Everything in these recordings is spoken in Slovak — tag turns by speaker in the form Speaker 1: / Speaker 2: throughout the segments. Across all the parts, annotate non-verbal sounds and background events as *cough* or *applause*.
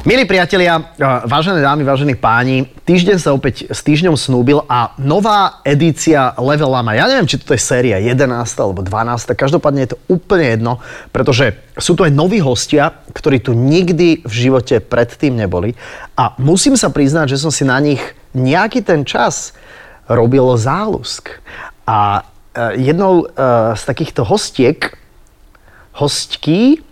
Speaker 1: Milí priatelia, eh, vážené dámy, vážení páni, týždeň sa opäť s týždňom snúbil a nová edícia Level Lama. Ja neviem, či toto je séria 11 alebo 12, každopádne je to úplne jedno, pretože sú tu aj noví hostia, ktorí tu nikdy v živote predtým neboli a musím sa priznať, že som si na nich nejaký ten čas robil záľusk. A eh, jednou eh, z takýchto hostiek, hostky,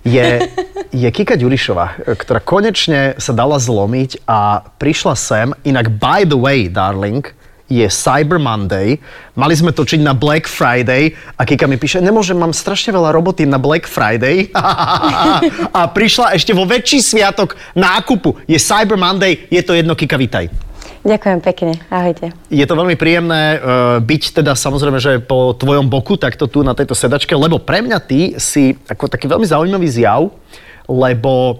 Speaker 1: je, je Kika Ďurišová, ktorá konečne sa dala zlomiť a prišla sem. Inak, by the way, darling, je Cyber Monday. Mali sme točiť na Black Friday a Kika mi píše, nemôžem, mám strašne veľa roboty na Black Friday. *laughs* a prišla ešte vo väčší sviatok nákupu. Je Cyber Monday, je to jedno, Kika, vitaj.
Speaker 2: Ďakujem pekne, ahojte.
Speaker 1: Je to veľmi príjemné e, byť teda samozrejme, že po tvojom boku takto tu na tejto sedačke, lebo pre mňa ty si ako taký veľmi zaujímavý zjav, lebo e,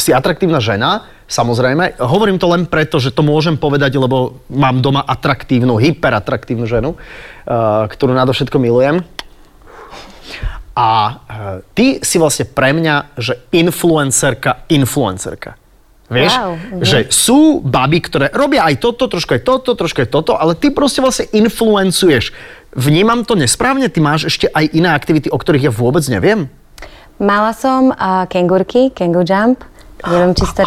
Speaker 1: si atraktívna žena, samozrejme. Hovorím to len preto, že to môžem povedať, lebo mám doma atraktívnu, hyperatraktívnu ženu, e, ktorú nadovšetko milujem. A e, ty si vlastne pre mňa, že influencerka, influencerka. Vieš,
Speaker 2: Wow,
Speaker 1: wow. mhm. že sú baby, ktoré robia aj toto, trošku aj toto, trošku aj toto, ale ty proste vlastne influencuješ. Vnímam to nesprávne, ty máš ešte aj iné aktivity, o ktorých ja vôbec neviem.
Speaker 2: Mala som uh, kengurky, kengu jump. Neviem, či si to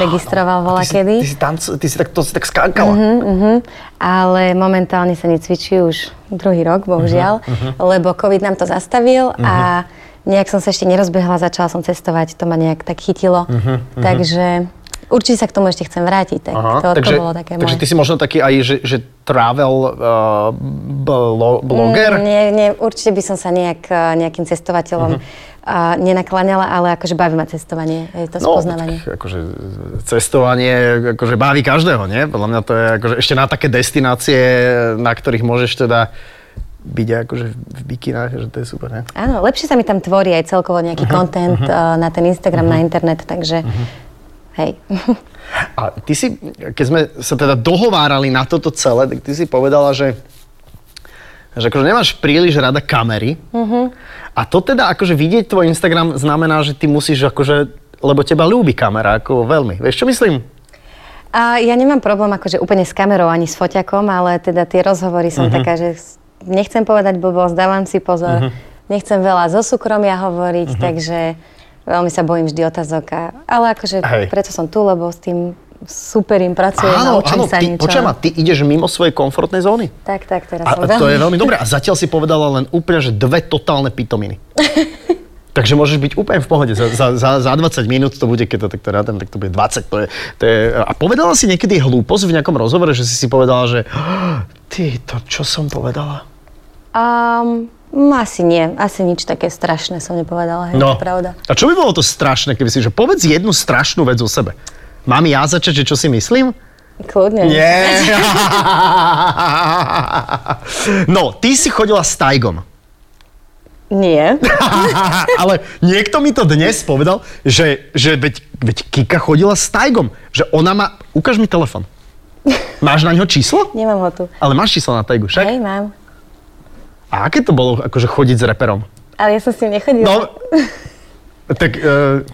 Speaker 1: A
Speaker 2: registroval vola
Speaker 1: ty si, ty,
Speaker 2: kedy, Mhm.
Speaker 1: si tanc, ty si tak, to si tak skákala. Mm-hmm.
Speaker 2: ale momentálne sa necvičí už druhý rok, bohužiaľ,
Speaker 1: Mhm,
Speaker 2: lebo COVID nám to zastavil a nejak som sa ešte nerozbehla, začala som cestovať, to ma nejak tak chytilo.
Speaker 1: Mhm,
Speaker 2: Takže určite sa k tomu ešte chcem vrátiť, tak to,
Speaker 1: takže,
Speaker 2: to bolo také
Speaker 1: takže ty
Speaker 2: moje.
Speaker 1: si možno taký aj, že, že travel uh, blo,
Speaker 2: Mm,
Speaker 1: bloger.
Speaker 2: Nie, nie, určite by som sa nejak, eh, nejakým
Speaker 1: Mhm.
Speaker 2: cestovateľom uh, nenakláňala, ale akože baví ma cestovanie, je to spoznávanie.
Speaker 1: tak akože cestovanie akože baví každého, nie? Podľa mňa to je akože ešte na také destinácie, na ktorých môžeš teda byť aj akože v bikinách, že to je super, nie?
Speaker 2: Áno, lepšie sa mi tam tvorí aj celkovo nejaký
Speaker 1: Mhm.
Speaker 2: kontent uh, na ten Instagram, na internet, takže hej. *laughs*
Speaker 1: A ty si, keď sme sa teda dohovárali na toto celé, tak ty si povedala, že že akože nemáš príliš rada kamery.
Speaker 2: Mhm.
Speaker 1: A to teda akože vidieť tvoj Instagram znamená, že ty musíš akože, lebo teba ľúbi kamera ako veľmi. Vieš, čo myslím?
Speaker 2: A ja nemám problém akože úplne s kamerou ani s foťakom, ale teda tie
Speaker 1: Mhm.
Speaker 2: rozhovory som taká, že s- nechcem povedať blbosť, dávam si pozor, nechcem veľa zo súkromia
Speaker 1: Mhm.
Speaker 2: hovoriť, takže veľmi sa bojím vždy otázok. A, ale akože
Speaker 1: Hej.
Speaker 2: preto som tu, lebo s tým super im pracujem, naučím sa
Speaker 1: ty,
Speaker 2: niečo.
Speaker 1: počujem, ma, ty ideš mimo svojej komfortnej zóny.
Speaker 2: Tak, tak, teraz som
Speaker 1: A
Speaker 2: veľmi...
Speaker 1: to je veľmi dobré. A zatiaľ si povedala len úplne, že dve totálne
Speaker 2: *laughs*
Speaker 1: pitominy. Takže môžeš byť úplne v pohode. Za, za, za, za 20 minút to bude, keď to takto rátam, tak to bude 20. To je, to je... A povedala si niekedy hlúposť v nejakom rozhovore, že si si povedala, že "Ah, ty, to čo som povedala?
Speaker 2: Um, asi nie, asi nič také strašné som
Speaker 1: No.
Speaker 2: nepovedala, hej, to je pravda.
Speaker 1: A čo by bolo to strašné, keby si, že povedz jednu strašnú vec o sebe. Mám ja začať, že čo si myslím?
Speaker 2: Kľudne.
Speaker 1: Nie.
Speaker 2: *laughs*
Speaker 1: *laughs* No, ty si chodila s Tajgom.
Speaker 2: Nie.
Speaker 1: *laughs* Ale niekto mi to dnes povedal, že, že veď, veď Kika chodila s Tajgom. Že ona má... Ukáž mi telefon. Máš na ňo číslo?
Speaker 2: Nemám ho tu.
Speaker 1: Ale máš číslo na Tajgu, však?
Speaker 2: Hej, mám.
Speaker 1: A aké to bolo, akože chodiť s reperom?
Speaker 2: Ale ja som s ním nechodila.
Speaker 1: No, *laughs* tak e,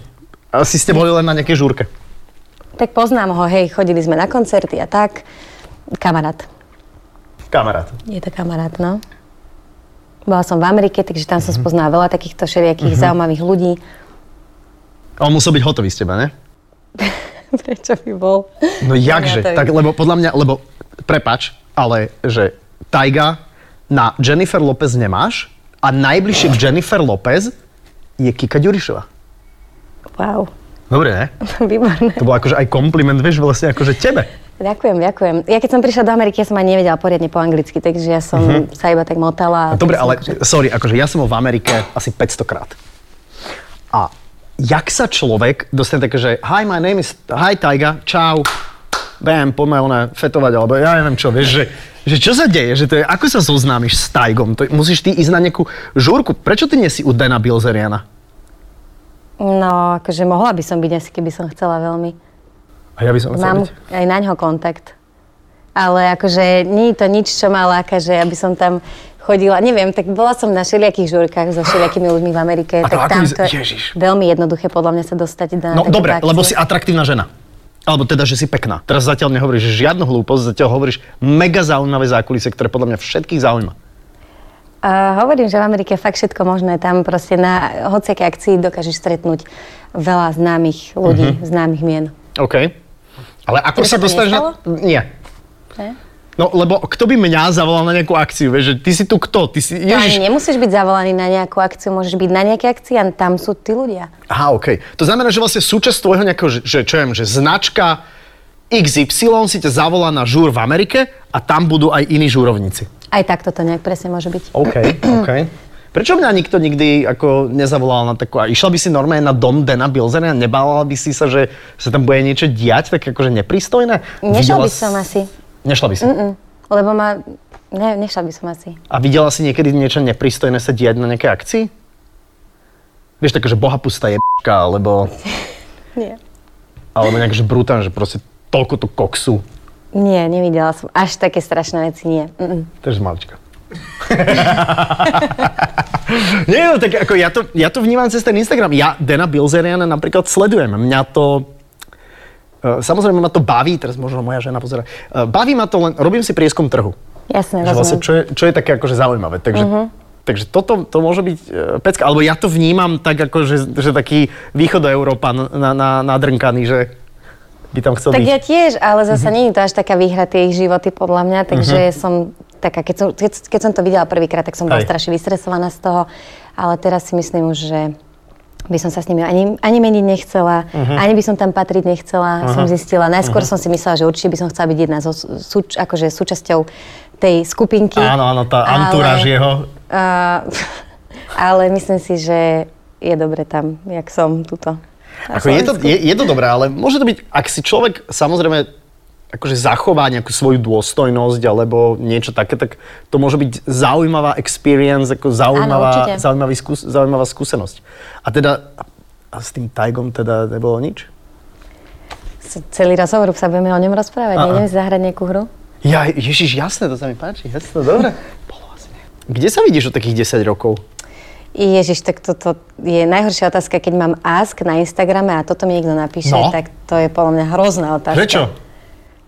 Speaker 1: asi ste boli len na nejakej žúrke.
Speaker 2: Tak poznám ho, hej, chodili sme na koncerty a tak. Kamarát.
Speaker 1: Kamarát.
Speaker 2: Je to kamarát, no. Bola som v Amerike, takže tam
Speaker 1: Mhm.
Speaker 2: som spoznala veľa takýchto všelijakých zaujímavých
Speaker 1: *laughs*
Speaker 2: ľudí.
Speaker 1: A On musel byť hotový z teba, ne?
Speaker 2: Prečo by bol?
Speaker 1: No jakže,
Speaker 2: to
Speaker 1: tak
Speaker 2: je-
Speaker 1: lebo podľa mňa, lebo prepač, ale že Tajga na Jennifer Lopez nemáš a najbližšie k Jennifer Lopez je Kika Ďurišová.
Speaker 2: Wow, *laughs*
Speaker 1: Dobre, ne?
Speaker 2: výborné.
Speaker 1: To bol akože aj kompliment, vieš, vlastne akože tebe.
Speaker 2: Ďakujem, ďakujem. Ja keď som prišla do Ameriky, ja som ani nevedela poriadne po anglicky, takže ja som sa iba tak
Speaker 1: Mhm. No
Speaker 2: motala. a
Speaker 1: Dobre,
Speaker 2: tak som
Speaker 1: ale
Speaker 2: akože-
Speaker 1: sorry, akože ja som bol v Amerike asi 500 krát. A jak sa človek dostane také, že hi, my name is, hi, Taiga, čau, bam, poďme ona fetovať, alebo ja neviem čo, vieš, že, že čo sa deje, že to je, ako sa zoznámiš s Taigom, to, musíš ty ísť na nejakú žúrku, prečo ty nie si u Dana Bilzeriana?
Speaker 2: No, akože mohla by som byť asi, keby som chcela veľmi.
Speaker 3: A ja by som chcel
Speaker 2: Mám
Speaker 3: byť.
Speaker 2: aj na ňo kontakt. Ale akože nie je to nič, čo ma láka, že aby som tam chodila, neviem, tak bola som na všelijakých žúrkach so všelijakými ľuďmi v Amerike,
Speaker 3: A to
Speaker 2: tak
Speaker 3: ako
Speaker 2: tam
Speaker 3: vyz-
Speaker 2: to je
Speaker 3: Ježiš.
Speaker 2: veľmi jednoduché podľa mňa sa dostať na
Speaker 1: No
Speaker 2: takéto
Speaker 1: dobre,
Speaker 2: akcie.
Speaker 1: lebo si atraktívna žena. Alebo teda, že si pekná. Teraz zatiaľ nehovoríš žiadnu hlúposť, zatiaľ hovoríš mega zaujímavé zákulisie, ktoré podľa mňa všetkých zaujíma.
Speaker 2: Uh, hovorím, že v Amerike je fakt všetko možné. Tam proste na hociakej akcii dokážeš stretnúť veľa známych ľudí, známych mien.
Speaker 1: OK. Ale ako
Speaker 2: Tebe
Speaker 1: sa
Speaker 2: sa to
Speaker 1: dostaneš
Speaker 2: nestalo?
Speaker 1: na... Nie.
Speaker 2: Ne?
Speaker 1: No, lebo kto by mňa zavolal na nejakú akciu, vieš, že ty si tu kto? Ty si...
Speaker 2: To
Speaker 1: Ježiš,
Speaker 2: ani No, nemusíš byť zavolaný na nejakú akciu, môžeš byť na nejakej akcii a tam sú tí ľudia.
Speaker 1: Aha, OK. To znamená, že vlastne súčasť tvojho nejakého, že, že čo ja viem, že značka XY si ťa zavolá na žúr v Amerike a tam budú aj iní žúrovníci.
Speaker 2: Aj takto to nejak presne môže byť. *clears throat*
Speaker 1: OK, OK. Prečo mňa nikto nikdy ako nezavolal na takú... A išla by si normálne na dom Dana Bilzena a nebála by si sa, že sa tam bude niečo diať, tak akože nepristojné?
Speaker 2: Nešla by
Speaker 1: s-
Speaker 2: som asi.
Speaker 1: Nešla by si. Mm-mm.
Speaker 2: Lebo ma... Ne, nešla by som asi.
Speaker 1: A videla si niekedy niečo nepristojné sa diať na nejakej akcii? Vieš, tak, že boha pusta je alebo,
Speaker 2: Nie.
Speaker 1: alebo nejak, že brutálne, že proste toľko tu koksu.
Speaker 2: Nie, nevidela som. Až také strašné veci nie. Mm-mm.
Speaker 1: Takže malička. *laughs* Nie, no tak ako ja to, ja to vnímam cez ten Instagram. Ja Dana Bilzeriana napríklad sledujem. Mňa to... e, Samozrejme ma to baví, teraz možno moja žena pozera. E, Baví ma to len, robím si prieskum trhu.
Speaker 2: Jasné,
Speaker 1: Že vlastne,
Speaker 2: rozumiem. Mhm.
Speaker 1: čo, je, čo je také akože zaujímavé. Takže, takže toto to môže byť e, pecka. Alebo ja to vnímam tak ako, že, že taký východoeurópan na, na, nadrnkaný, že by tam chcel
Speaker 2: Tak
Speaker 1: byť.
Speaker 2: ja tiež, ale zase
Speaker 1: Mhm.
Speaker 2: nie je to až taká výhra tie ich životy podľa mňa, takže som taká, keď som, keď, keď som to videla prvýkrát, tak som bola
Speaker 1: Hej.
Speaker 2: strašne vystresovaná z toho, ale teraz si myslím už, že by som sa s nimi ani, ani meniť nechcela,
Speaker 1: Mhm.
Speaker 2: ani by som tam patriť nechcela, som zistila. Najskôr som si myslela, že určite by som chcela byť jedna zo, sú, akože súčasťou tej skupinky.
Speaker 1: Áno, áno, tá anturáž jeho.
Speaker 2: Uh, ale myslím si, že je dobre tam, jak som tuto. na
Speaker 1: Ako je, to,
Speaker 2: Slovensku.
Speaker 1: je, je to dobré, ale môže to byť, ak si človek samozrejme akože zachová nejakú svoju dôstojnosť alebo niečo také, tak to môže byť zaujímavá experience, ako zaujímavá,
Speaker 2: určite.
Speaker 1: zaujímavý skús, zaujímavá skúsenosť. A teda a, a s tým Tajgom teda nebolo nič?
Speaker 2: C- Celý rozhovor sa budeme o ňom
Speaker 1: Á,
Speaker 2: rozprávať,
Speaker 1: á.
Speaker 2: nejdeme si zahrať nejakú hru?
Speaker 1: Ja, ježiš, jasné, to sa mi páči, jasné, dobre. Bolo asi nie. Kde sa vidíš o takých 10 rokov?
Speaker 2: Ježiš, tak toto je najhoršia otázka, keď mám ask na Instagrame a toto mi niekto napíše,
Speaker 1: No.
Speaker 2: tak to je podľa mňa hrozná otázka.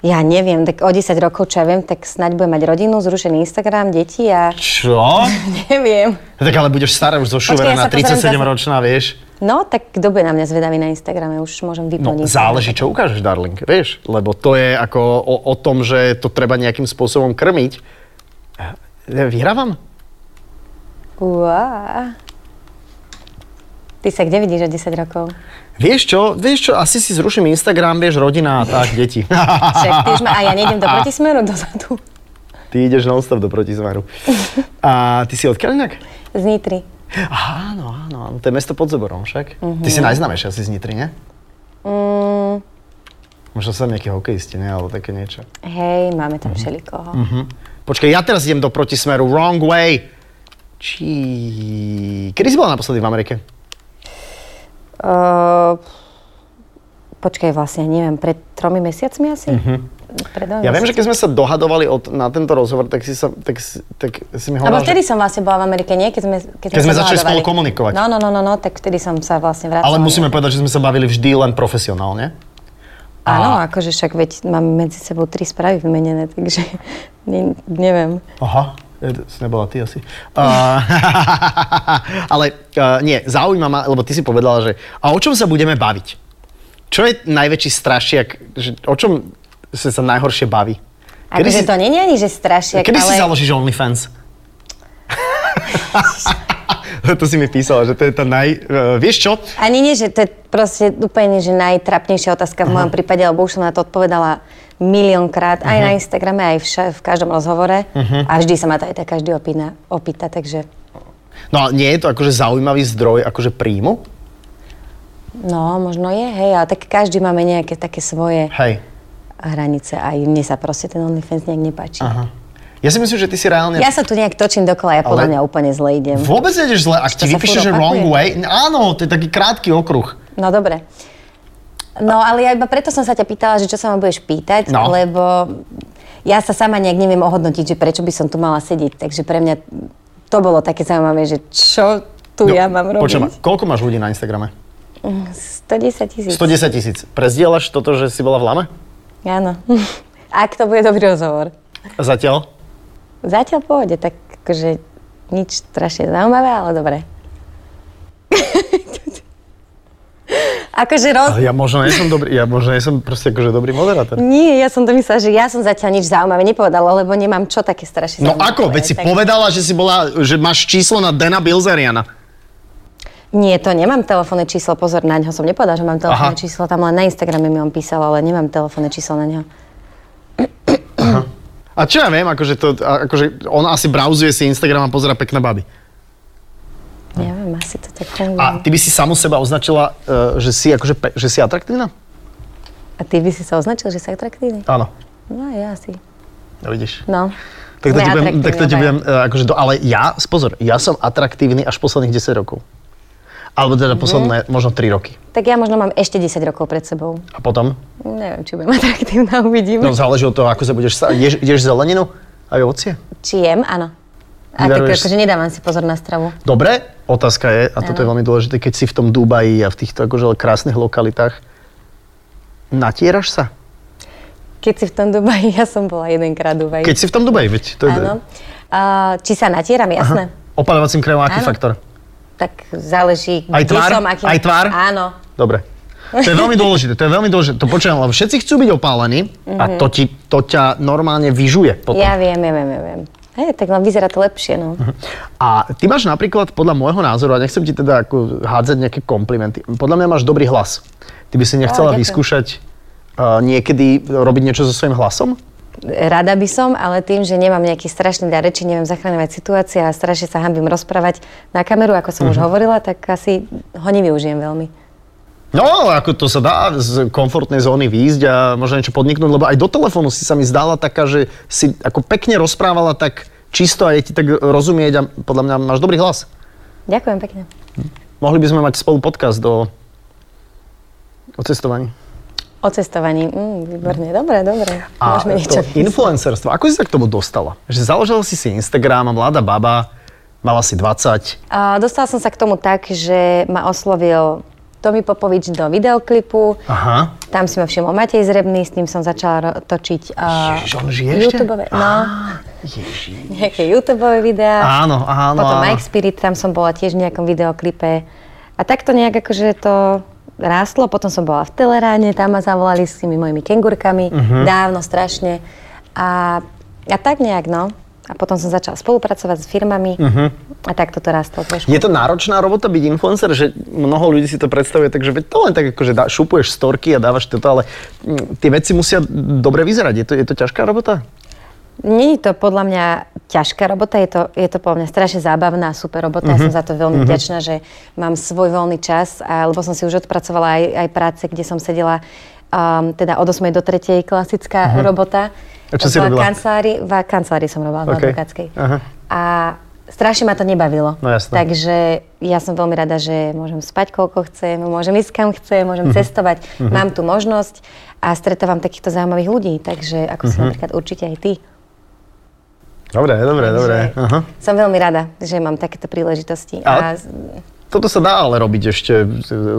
Speaker 2: Ja neviem, tak o 10 rokov, čo ja viem, tak snáď budem mať rodinu, zrušený Instagram, deti
Speaker 1: *laughs*
Speaker 2: a
Speaker 1: Čo?
Speaker 2: neviem.
Speaker 1: Tak ale budeš stará už
Speaker 2: Počkaj,
Speaker 1: zošuvená,
Speaker 2: ja sa pozriem
Speaker 1: 37 ročná, vieš.
Speaker 2: No, tak kto bude na mňa zvedavý na Instagrame, už môžem
Speaker 1: No,
Speaker 2: vyplniť.
Speaker 1: záleží, čo ukážeš, darling, vieš, lebo to je ako o, o tom, že to treba nejakým spôsobom krmiť. Ja Vyhrávam?
Speaker 2: Uá. Ty sa kde vidíš o 10 rokov?
Speaker 1: Vieš čo, vieš čo, asi si zruším Instagram, vieš, rodina a tak, deti.
Speaker 2: Však ty už ma, a ja nejdem do protismeru dozadu.
Speaker 1: Ty ideš non-stop do protizvaru. A ty si odkiaľ inak?
Speaker 2: Z Nitry.
Speaker 1: Áno, áno, áno, to je mesto pod Zoborom však. Ty si najznámejšia asi z Nitry, ne?
Speaker 2: Mm,
Speaker 1: Možno sa nejaký hokejisti, ne, alebo také niečo.
Speaker 2: hej, máme tam všelikoho.
Speaker 1: Hm. Počkaj, ja teraz idem do protismeru, wrong way. Či... Kedy si bola naposledy v Amerike?
Speaker 2: Uh, počkaj, vlastne neviem, pred tromi mesiacmi asi? Pred dvomi
Speaker 1: Mhm. Ja viem, že
Speaker 2: mesiacmi.
Speaker 1: keď sme sa dohadovali od, na tento rozhovor, tak si, sa, tak, si- tak si mi
Speaker 2: Lebo
Speaker 1: hovorila,
Speaker 2: vtedy
Speaker 1: že...
Speaker 2: som vlastne bola v Amerike, nie? Keď sme, keď
Speaker 1: Keď sme
Speaker 2: sa
Speaker 1: začali spolu
Speaker 2: dohadovali.
Speaker 1: komunikovať.
Speaker 2: No, no, no, no, no, tak vtedy som sa vlastne vracala.
Speaker 1: Ale musíme povedať, že sme sa bavili vždy len profesionálne.
Speaker 2: Áno, akože však veď máme medzi sebou tri správy vymenené, takže *laughs* ne, neviem.
Speaker 1: Aha, e, to si nebola ty asi. Uh, *laughs* ale uh, nie, zaujíma ma, lebo ty si povedala, že a o čom sa budeme baviť? Čo je najväčší strašiak, že o čom sa, sa najhoršie baví? Kedy,
Speaker 2: Akože
Speaker 1: si,
Speaker 2: to nie je ani, že strašiak,
Speaker 1: kedy
Speaker 2: ale...
Speaker 1: si založíš OnlyFans? *laughs* to si mi písala, že to je tá naj... Uh, vieš čo?
Speaker 2: Ani nie, že to je proste úplne že najtrapnejšia otázka v mojom prípade, lebo už som na to odpovedala miliónkrát, aj na Instagrame, aj vša- v každom rozhovore. A vždy sa ma to aj tak každý opýna, opýta, takže
Speaker 1: No a nie je to akože zaujímavý zdroj akože príjmu?
Speaker 2: no, možno je, hej, ale tak každý máme nejaké také svoje
Speaker 1: Hej.
Speaker 2: hranice. Aj mne sa proste ten OnlyFans nejak nepáči.
Speaker 1: Aha. Ja si myslím, že ty si reálne...
Speaker 2: Ja sa tu nejak točím dokola, ja podľa
Speaker 1: Ale-
Speaker 2: mňa úplne zle idem.
Speaker 1: Vôbec nejdeš zle, ak ti
Speaker 2: sa
Speaker 1: vypíše,
Speaker 2: furt
Speaker 1: že
Speaker 2: opakuje?
Speaker 1: wrong way. Áno, to je taký krátky okruh.
Speaker 2: No dobre. No ale ja iba preto som sa ťa pýtala, že čo sa ma budeš pýtať,
Speaker 1: No.
Speaker 2: lebo ja sa sama nejak neviem ohodnotiť, že prečo by som tu mala sedieť. Takže pre mňa to bolo také zaujímavé, že čo tu ja mám robiť.
Speaker 1: Počujem, koľko máš ľudí na Instagrame?
Speaker 2: 110 tisíc.
Speaker 1: 110 tisíc. Prezdielaš toto, že si bola v lame?
Speaker 2: Áno. *laughs* Ak to bude dobrý rozhovor.
Speaker 1: Zatiaľ?
Speaker 2: Zatiaľ v pohode, tak akože nič strašne zaujímavé, ale dobre. *laughs* akože roz...
Speaker 1: Ja možno nie som dobrý, ja možno nie som proste akože dobrý moderátor.
Speaker 2: Nie, ja som to myslela, že ja som zatiaľ nič zaujímavé nepovedala, lebo nemám čo také strašne
Speaker 1: No
Speaker 2: zaujímavé
Speaker 1: ako? Veď si
Speaker 2: tak-
Speaker 1: povedala, že si bola, že máš číslo na Dana Bilzeriana.
Speaker 2: Nie, to nemám telefónne číslo, pozor na ňo, som nepovedala, že mám telefónne
Speaker 1: Aha.
Speaker 2: číslo, tam len na Instagrame mi on písal, ale nemám telefónne číslo na neho.
Speaker 1: A čo ja viem, akože, to, a- akože on asi brauzuje si Instagram a pozera pekné baby.
Speaker 2: Neviem, asi to tak funguje.
Speaker 1: A ty by si samu seba označila, eh, že si, akože, pe- že si atraktívna?
Speaker 2: A ty by si sa označil, že si atraktívny?
Speaker 1: Áno.
Speaker 2: No ja asi.
Speaker 1: No, Vidíš.
Speaker 2: No.
Speaker 1: Tak to
Speaker 2: Sme
Speaker 1: ti budem, tak to ti
Speaker 2: atraktívni
Speaker 1: budem
Speaker 2: obaja.
Speaker 1: eh, akože, do, ale ja, pozor, ja som atraktívny až posledných 10 rokov. Alebo
Speaker 2: Mhm.
Speaker 1: teda posledné, možno 3 roky.
Speaker 2: Tak ja možno mám ešte 10 rokov pred sebou.
Speaker 1: A potom?
Speaker 2: Neviem, či budem *laughs* atraktívna, uvidíme.
Speaker 1: No záleží od toho, ako sa budeš... Sa, ješ, ideš zeleninu? Aj ovocie?
Speaker 2: Či jem, áno. A tak
Speaker 1: Vyvaruješ-
Speaker 2: akože nedávam si pozor na stravu.
Speaker 1: Dobre, otázka je, a
Speaker 2: Mhm.
Speaker 1: toto je veľmi dôležité, keď si v tom Dubaji a v týchto akože krásnych lokalitách, natieraš sa?
Speaker 2: Keď si v tom Dubaji, *laughs* ja som bola jedenkrát v Dubaji.
Speaker 1: Keď si v tom Dubaji, veď to je...
Speaker 2: Áno. A, či sa natieram, jasné.
Speaker 1: Opalovacím krémom, aký
Speaker 2: Áno.
Speaker 1: faktor?
Speaker 2: Tak záleží,
Speaker 1: Aj
Speaker 2: kde
Speaker 1: tvár?
Speaker 2: som, aký...
Speaker 1: Aj tvár?
Speaker 2: Áno.
Speaker 1: Dobre. To je veľmi dôležité, to je veľmi dôležité. To počujem, lebo všetci chcú byť opálení a to, ti, to ťa normálne vyžuje potom.
Speaker 2: Mhm. Ja viem, ja viem, ja viem. Hej, tak len vyzerá to lepšie, no.
Speaker 1: A ty máš napríklad, podľa môjho názoru, a nechcem ti teda ako hádzať nejaké komplimenty, podľa mňa máš dobrý hlas. Ty by si nechcela
Speaker 2: Á, ďakujem.
Speaker 1: vyskúšať uh, niekedy robiť niečo so svojím hlasom?
Speaker 2: Rada by som, ale tým, že nemám nejaký strašný dar reči, neviem zachraňovať situácie a strašne sa hambím rozprávať na kameru, ako som
Speaker 1: Mhm.
Speaker 2: už hovorila, tak asi ho nevyužijem veľmi.
Speaker 1: No, ako to sa dá z komfortnej zóny výjsť a možno niečo podniknúť, lebo aj do telefónu si sa mi zdala taká, že si ako pekne rozprávala tak čisto a je ti tak rozumieť a podľa mňa máš dobrý hlas.
Speaker 2: Ďakujem pekne.
Speaker 1: Mohli by sme mať spolu podcast do o cestovaní.
Speaker 2: O cestovaní. Mm, výborne, dobre, dobre.
Speaker 1: A
Speaker 2: Môžeme niečo.
Speaker 1: to influencerstvo, ako si sa k tomu dostala? Že založila si si Instagram a mladá baba, mala si 20.
Speaker 2: A dostala som sa k tomu tak, že ma oslovil Tomi Popovič do videoklipu.
Speaker 1: Aha.
Speaker 2: Tam si ma všimol Matej Zrebný, s ním som začala ro- točiť uh,
Speaker 1: Ježiš, on žije ešte?
Speaker 2: YouTube, no,
Speaker 1: Ježiš.
Speaker 2: nejaké YouTube videá.
Speaker 1: Áno, áno,
Speaker 2: Potom
Speaker 1: áno.
Speaker 2: Mike Spirit, tam som bola tiež v nejakom videoklipe. A takto nejak akože to rástlo. Potom som bola v Teleráne, tam ma zavolali s tými mojimi kengurkami,
Speaker 1: Mhm.
Speaker 2: dávno strašne. A, a tak nejak, no. A potom som začala spolupracovať s firmami
Speaker 1: Mhm.
Speaker 2: a takto to rástlo trošku.
Speaker 1: Je to náročná robota byť influencer, že mnoho ľudí si to predstavuje, takže veď to len tak akože dá, šupuješ storky a dávaš toto, ale mm, tie veci musia dobre vyzerať. Je to, je to ťažká robota?
Speaker 2: Není to podľa mňa ťažká robota, je to, je to podľa mňa strašne zábavná, super robota. Ja som
Speaker 1: Mhm.
Speaker 2: za to veľmi vďačná, že mám svoj voľný čas, a- lebo som si už odpracovala aj, aj práce, kde som sedela um, teda od 8. do 3. klasická robota.
Speaker 1: Mhm. A čo si
Speaker 2: v
Speaker 1: robila?
Speaker 2: Kancelárii, v kancelárii som robila,
Speaker 1: OK.
Speaker 2: v advokátskej.
Speaker 1: Aha.
Speaker 2: A strašne ma to nebavilo.
Speaker 1: No jasné.
Speaker 2: Takže ja som veľmi rada, že môžem spať koľko chcem, môžem ísť kam chcem, môžem
Speaker 1: Mhm.
Speaker 2: cestovať, mám tu možnosť a stretávam takýchto zaujímavých ľudí, takže ako
Speaker 1: Mhm.
Speaker 2: si napríklad určite aj ty.
Speaker 1: Dobre, dobre, dobre.
Speaker 2: Takže Som veľmi rada, že mám takéto príležitosti.
Speaker 1: A-
Speaker 2: A, z-
Speaker 1: Toto sa dá ale robiť ešte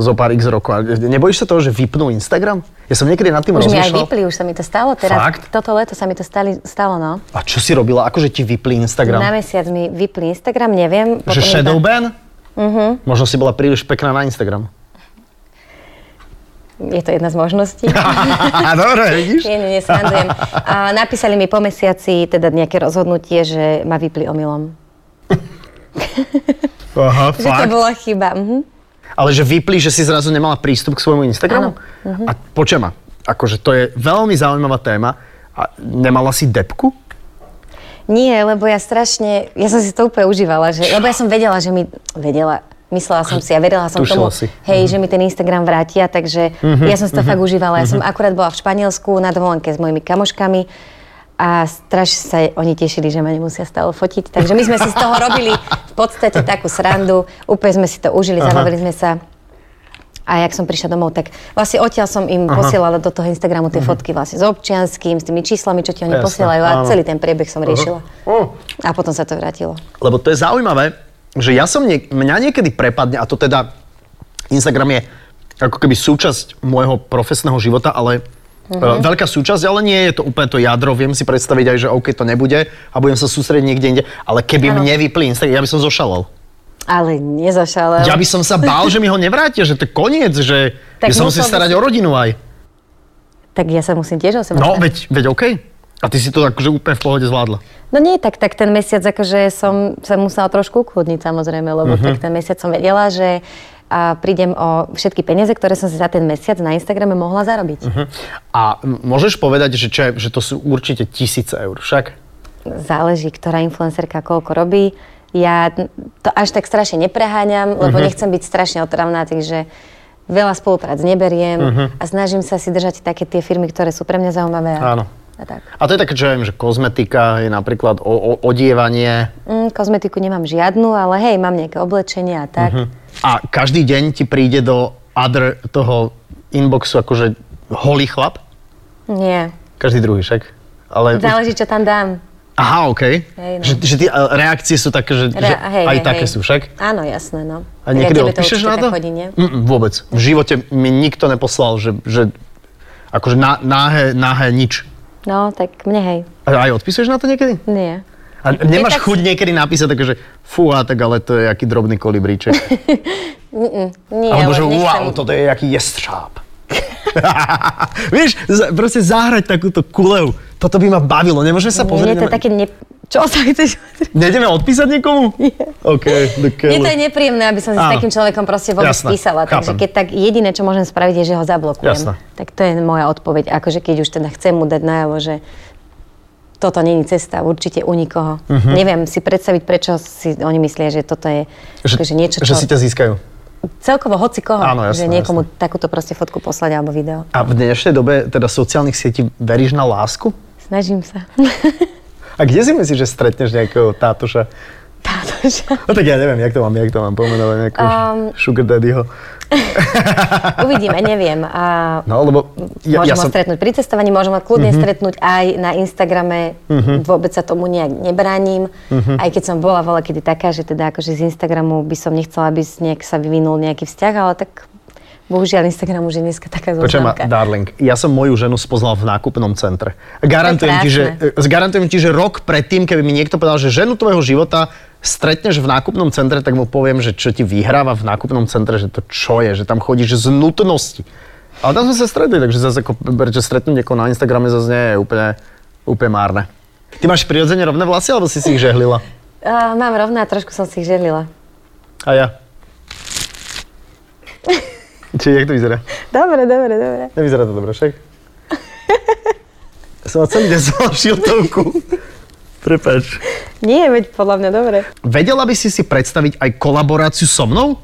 Speaker 1: zo pár x rokov. A Nebojíš sa toho, že vypnú Instagram? Ja som niekedy nad tým
Speaker 2: už mi aj
Speaker 1: rozmýšľal.
Speaker 2: vypli, už sa mi to stalo teraz.
Speaker 1: Fakt?
Speaker 2: Toto leto sa mi to stali, stalo, no.
Speaker 1: A čo si robila? Akože ti vypli Instagram?
Speaker 2: Na mesiac mi vypli Instagram, neviem.
Speaker 1: Že
Speaker 2: potom
Speaker 1: shadow
Speaker 2: iba-
Speaker 1: ban?
Speaker 2: Mhm.
Speaker 1: Uh-huh. Možno si bola príliš pekná na
Speaker 2: *laughs*
Speaker 1: Instagram. *laughs*
Speaker 2: Je to jedna z
Speaker 1: *laughs*
Speaker 2: možností.
Speaker 1: Dobre, vidíš?
Speaker 2: nie, nie, nie, srandujem. A napísali mi po mesiaci teda nejaké rozhodnutie, že ma vypli omylom.
Speaker 1: Aha,
Speaker 2: Že to bola chyba. Mhm.
Speaker 1: Ale že vypli, že si zrazu nemala prístup k svojmu Instagramu?
Speaker 2: Mhm.
Speaker 1: A počuj ma, akože to je veľmi zaujímavá téma. A nemala si depku?
Speaker 2: Nie, lebo ja strašne, ja som si to úplne užívala, že, lebo ja som vedela, že mi, vedela, myslela som si a verila som
Speaker 1: Tušila
Speaker 2: tomu,
Speaker 1: si. Mhm.
Speaker 2: hej, že mi ten Instagram vrátia,
Speaker 1: Mhm.
Speaker 2: takže ja som si to fakt užívala. Ja som akurát bola v Španielsku na dovolenke s mojimi kamoškami a strašne sa jej- oni tešili, že ma nemusia stále fotiť. Takže my sme si
Speaker 1: *laughs*
Speaker 2: z toho robili v podstate takú srandu. Úplne sme si to užili, zabavili sme sa. A jak som prišla domov, tak vlastne odtiaľ som im Aha. posielala do toho Instagramu tie fotky vlastne s občianským, s tými číslami, čo ti
Speaker 1: Mhm.
Speaker 2: oni
Speaker 1: Jasné,
Speaker 2: posielajú a
Speaker 1: áno.
Speaker 2: celý ten priebeh som riešila.
Speaker 1: Uh.
Speaker 2: A potom sa to vrátilo.
Speaker 1: Lebo to je zaujímavé, že ja som niek- mňa niekedy prepadne, a to teda Instagram je ako keby súčasť môjho profesného života, ale
Speaker 2: Mhm.
Speaker 1: mm veľká súčasť, ale nie je to úplne to jadro. Viem si predstaviť aj, že OK, to nebude a budem sa sústrediť niekde inde. Ale keby
Speaker 2: Áno.
Speaker 1: mne vypli Instagram, ja by som zošalel.
Speaker 2: Ale nezašala.
Speaker 1: Ja by som sa bál, že mi ho nevrátia, že to je koniec, že,
Speaker 2: Tak
Speaker 1: že som musím
Speaker 2: musel by
Speaker 1: starať
Speaker 2: si-
Speaker 1: o rodinu aj.
Speaker 2: Tak ja sa musím tiež o seba
Speaker 1: No,
Speaker 2: starať.
Speaker 1: veď, veď OK. A ty si to akože úplne v pohode zvládla.
Speaker 2: No nie, tak, tak ten mesiac akože som sa musela trošku ukludniť samozrejme, lebo
Speaker 1: Mhm.
Speaker 2: uh-huh. tak ten mesiac som vedela, že a prídem o všetky peniaze, ktoré som si za ten mesiac na Instagrame mohla zarobiť.
Speaker 1: Mhm.
Speaker 2: Uh-huh.
Speaker 1: A m- môžeš povedať, že, čo, je- že to sú určite tisíce eur, však?
Speaker 2: Záleží, ktorá influencerka koľko robí. Ja to až tak strašne nepreháňam,
Speaker 1: Mhm.
Speaker 2: lebo uh-huh. nechcem byť strašne otravná, takže veľa spoluprác neberiem
Speaker 1: Mhm.
Speaker 2: uh-huh. a snažím sa si držať také tie firmy, ktoré sú pre mňa zaujímavé. a-
Speaker 1: Áno.
Speaker 2: A tak.
Speaker 1: A to je také, čo ja viem, že kozmetika je napríklad o, o, odievanie.
Speaker 2: Mm, kozmetiku nemám žiadnu, ale hej, mám nejaké oblečenie a tak.
Speaker 1: Mhm.
Speaker 2: Uh-huh.
Speaker 1: A každý deň ti príde do other toho inboxu akože holý chlap?
Speaker 2: Nie.
Speaker 1: Každý druhý však. Ale...
Speaker 2: Záleží, čo tam dám.
Speaker 1: Aha, OK.
Speaker 2: Hej, no.
Speaker 1: Že, že tie e, reakcie sú také, že, že
Speaker 2: Re- hej,
Speaker 1: aj
Speaker 2: hej,
Speaker 1: také
Speaker 2: hej.
Speaker 1: sú však.
Speaker 2: Áno, jasné, no.
Speaker 1: A niekedy
Speaker 2: tebe
Speaker 1: odpíšeš
Speaker 2: určite
Speaker 1: na to?
Speaker 2: tak Chodí, nie?
Speaker 1: Mm, vôbec. V živote mi nikto neposlal, že, že akože ná, náhé, náhé nič.
Speaker 2: No, tak mne hej.
Speaker 1: A aj odpisuješ na to niekedy?
Speaker 2: Nie.
Speaker 1: A nemáš
Speaker 2: tak-
Speaker 1: chuť niekedy napísať také, že fú, a tak ale to je aký drobný
Speaker 2: *laughs*
Speaker 1: kolibríček.
Speaker 2: Nie,
Speaker 1: Alebo
Speaker 2: ale
Speaker 1: že
Speaker 2: nechcem-
Speaker 1: wow, toto je jaký jestřáb. *laughs* Vieš, z- proste zahrať takúto kuleu. Toto by ma bavilo, nemôžeme sa
Speaker 2: Nie,
Speaker 1: pozrieť.
Speaker 2: nie, to je
Speaker 1: na-
Speaker 2: také ne... Čo sa chceš?
Speaker 1: Nejdeme odpísať niekomu? OK, do
Speaker 2: Nie,
Speaker 1: keľu.
Speaker 2: to je nepríjemné, aby som si s
Speaker 1: Áno.
Speaker 2: takým človekom proste vôbec
Speaker 1: Jasné,
Speaker 2: písala.
Speaker 1: chápem.
Speaker 2: Takže keď tak jediné, čo môžem spraviť, je, že ho zablokujem.
Speaker 1: Jasné.
Speaker 2: Tak to je moja odpoveď. Akože keď už teda chcem mu dať najavo, že toto není cesta, určite u nikoho.
Speaker 1: Mhm.
Speaker 2: Neviem si predstaviť, prečo si oni myslia, že toto je že, akože niečo,
Speaker 1: že
Speaker 2: čo...
Speaker 1: si ťa získajú.
Speaker 2: Celkovo hoci koho,
Speaker 1: Áno,
Speaker 2: že
Speaker 1: jasné,
Speaker 2: niekomu takúto proste fotku poslať alebo video.
Speaker 1: A v dnešnej dobe teda sociálnych sietí veríš na lásku?
Speaker 2: Snažím sa. *laughs*
Speaker 1: A kde si myslíš, že stretneš nejakého tátoša?
Speaker 2: Tátoša.
Speaker 1: No tak ja neviem, jak to mám, jak to mám pomenovať, nejakú um,
Speaker 2: Um,
Speaker 1: sugar daddyho.
Speaker 2: Uvidíme, neviem. A
Speaker 1: No, lebo ja,
Speaker 2: môžem
Speaker 1: ja
Speaker 2: ho
Speaker 1: som... Mhm.
Speaker 2: stretnúť pri cestovaní, môžem ho kľudne stretnúť aj na Instagrame. Vôbec sa tomu nejak nebránim.
Speaker 1: Mhm.
Speaker 2: Aj keď som bola veľa kedy taká, že teda akože z Instagramu by som nechcela, aby s- nejak sa vyvinul nejaký vzťah, ale tak bohužiaľ Instagram už je dneska taká
Speaker 1: Počujem ma,
Speaker 2: zoznamka.
Speaker 1: darling, ja som moju ženu spoznal v nákupnom centre. Garantujem ti, že, e, garantujem ti, že rok predtým, keby mi niekto povedal, že ženu tvojho života stretneš v nákupnom centre, tak mu poviem, že čo ti vyhráva v nákupnom centre, že to čo je, že tam chodíš z nutnosti. Ale tam sme sa stretli, takže zase ako, že stretnúť niekoho na Instagrame zase nie je úplne, úplne márne. Ty máš prirodzene rovné vlasy, alebo si si ich žehlila?
Speaker 2: Uh, mám rovná, trošku som si ich želila.
Speaker 1: A *laughs* ja. Čiže, jak to vyzerá?
Speaker 2: Dobre, dobre, dobre.
Speaker 1: Nevyzerá to dobre, však? Som ma celý deň zložil tovku. Prepač.
Speaker 2: Nie, veď podľa mňa dobre.
Speaker 1: Vedela by si si predstaviť aj kolaboráciu so mnou?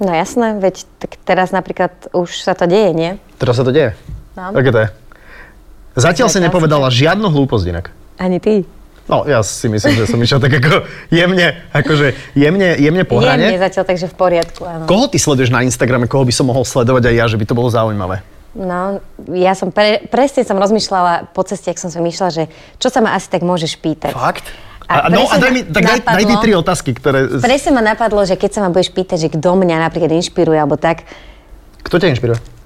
Speaker 2: No jasné, veď tak teraz napríklad už sa to deje, nie?
Speaker 1: Teraz sa to deje.
Speaker 2: No.
Speaker 1: Aké to je? Zatiaľ si
Speaker 2: Zatiaľ si-
Speaker 1: nepovedala žiadnu hlúposť inak.
Speaker 2: Ani ty.
Speaker 1: No, ja si myslím, že som išiel tak ako jemne, akože jemne, jemne po hrane.
Speaker 2: Jemne zatiaľ, takže v poriadku, áno.
Speaker 1: Koho ty sleduješ na Instagrame, koho by som mohol sledovať aj ja, že by to bolo zaujímavé?
Speaker 2: No, ja som pre, presne som rozmýšľala po ceste, ak som sa myšla, že čo sa ma asi tak môžeš pýtať.
Speaker 1: Fakt? A,
Speaker 2: A
Speaker 1: no a
Speaker 2: presne
Speaker 1: daj mi, tak daj, daj mi
Speaker 2: napadlo-
Speaker 1: tri otázky, ktoré...
Speaker 2: Presne ma napadlo, že keď sa ma budeš pýtať, že kto mňa napríklad inšpiruje alebo tak,
Speaker 1: Kto ťa inšpiruje?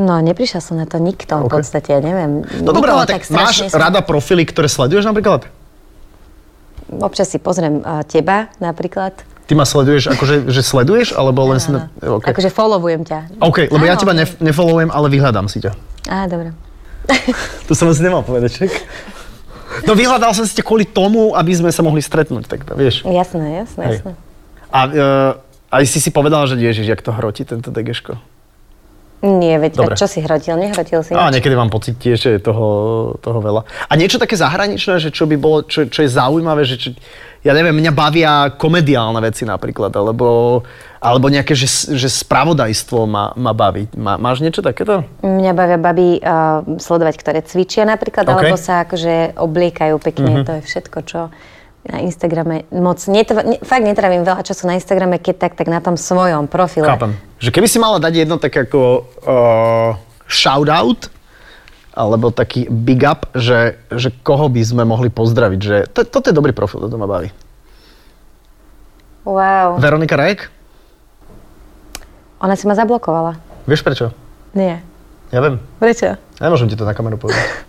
Speaker 2: no neprišla som na to nikto
Speaker 1: Ok.
Speaker 2: v podstate, ja neviem.
Speaker 1: No dobré,
Speaker 2: nikoho
Speaker 1: ale tak, máš
Speaker 2: strašne som-
Speaker 1: rada profily, ktoré sleduješ napríklad?
Speaker 2: Občas si pozriem a, teba napríklad.
Speaker 1: Ty ma sleduješ, akože že sleduješ, alebo len si... Na...
Speaker 2: Áno.
Speaker 1: Eh, OK.
Speaker 2: Akože followujem ťa.
Speaker 1: OK, lebo ja
Speaker 2: Áno,
Speaker 1: teba
Speaker 2: ok.
Speaker 1: nef- nefollowujem, ale vyhľadám si ťa.
Speaker 2: Á, dobre.
Speaker 1: To som asi nemal povedať, čak? No vyhľadal som si ťa kvôli tomu, aby sme sa mohli stretnúť, tak to vieš.
Speaker 2: Jasné, jasné,
Speaker 1: Hej. eh,
Speaker 2: jasné.
Speaker 1: A e, aj si si povedal, že ježiš, jak to hroti tento degeško.
Speaker 2: Nie, veď
Speaker 1: Dobre.
Speaker 2: Dobre. čo si hrotil? Nehrotil si
Speaker 1: A
Speaker 2: nič.
Speaker 1: niekedy mám pocit tiež, že je toho, toho veľa. A niečo také zahraničné, že čo by bolo, čo, čo je zaujímavé, že čo, ja neviem, mňa bavia komediálne veci napríklad, alebo, alebo nejaké, že, s- že spravodajstvo ma, ma baví. Má, máš niečo takéto?
Speaker 2: Mňa bavia baby uh, sledovať, ktoré cvičia napríklad,
Speaker 1: OK. Mhm.
Speaker 2: alebo sa akože obliekajú pekne. To je všetko, čo na Instagrame moc... Netr- ne, fakt netravím veľa času na Instagrame, keď tak, tak na tom svojom profile.
Speaker 1: Chápem. Že keby si mala dať jedno tak ako uh, shoutout, alebo taký big up, že, že koho by sme mohli pozdraviť, že to, toto je dobrý profil, toto ma baví.
Speaker 2: Wow.
Speaker 1: Veronika Rajek?
Speaker 2: Ona si ma zablokovala.
Speaker 1: Vieš prečo?
Speaker 2: Nie.
Speaker 1: Ja viem.
Speaker 2: Prečo?
Speaker 1: Nemôžem ti to na kameru povedať.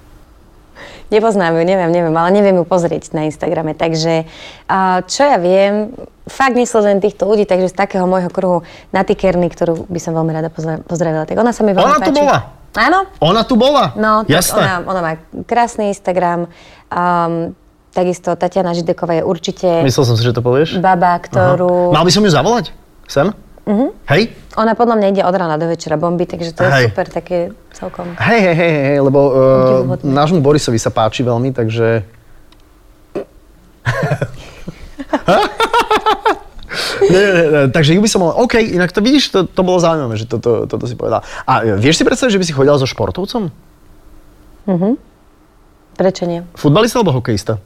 Speaker 2: Nepoznám ju, neviem, neviem, ale neviem ju pozrieť na Instagrame. Takže a čo ja viem, fakt nesledujem týchto ľudí, takže z takého môjho kruhu Naty Kerny, ktorú by som veľmi rada pozra- pozdravila, tak ona sa mi veľmi
Speaker 1: Ona tu
Speaker 2: páči.
Speaker 1: bola.
Speaker 2: Áno?
Speaker 1: Ona tu bola.
Speaker 2: No, tak
Speaker 1: Jasné.
Speaker 2: ona, ona má krásny Instagram. Um, takisto Tatiana Žideková je určite
Speaker 1: Myslel som si, že to povieš. Aha.
Speaker 2: baba, ktorú... Mhm.
Speaker 1: Mal by som ju zavolať? Sem? Mm-hmm. Hej?
Speaker 2: Ona podľa mňa ide od rána do večera bomby, takže to je
Speaker 1: Hej.
Speaker 2: super, také celkom...
Speaker 1: Hej, hej, hej, hej, lebo uh,
Speaker 2: Divoký.
Speaker 1: nášmu Borisovi sa páči veľmi, takže... Nie, nie, nie, takže ju by som mal, OK, inak to vidíš, to, to bolo zaujímavé, že toto, toto si povedal. A e, vieš si predstaviť, že by si chodil so športovcom?
Speaker 2: Prečo nie?
Speaker 1: Futbalista alebo hokejista?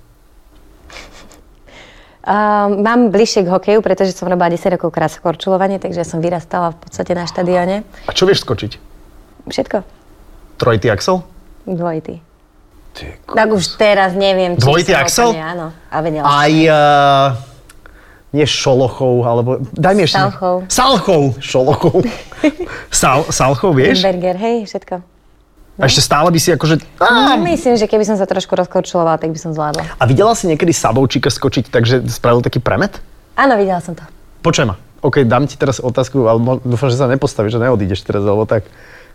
Speaker 2: Uh, mám bližšie k hokeju, pretože som robila 10 rokov kráskorčulovanie, takže som vyrastala v podstate na štadióne.
Speaker 1: A čo vieš skočiť?
Speaker 2: Všetko
Speaker 1: Trojitý axel?
Speaker 2: dvojitý. Tak už teraz neviem, či
Speaker 1: Dvojitý
Speaker 2: som
Speaker 1: axel?
Speaker 2: úplne- áno, a vedela.
Speaker 1: Aj... Uh, nie Šolochov, alebo... Daj mi ešte...
Speaker 2: Salchov.
Speaker 1: Salchov.
Speaker 2: *laughs*
Speaker 1: Šolochov. Sal, Salchov, vieš?
Speaker 2: Burger, hej, všetko.
Speaker 1: A ešte stále by si akože... Á,
Speaker 2: Myslím, že keby som sa trošku rozkorčulovala, tak by som zvládla.
Speaker 1: A videla si niekedy Sabovčíka skočiť, takže spravil taký premet?
Speaker 2: Áno, videla som to.
Speaker 1: Počuj ma. OK, dám ti teraz otázku, ale mo- dúfam, že sa nepostavíš, že neodídeš teraz, alebo tak.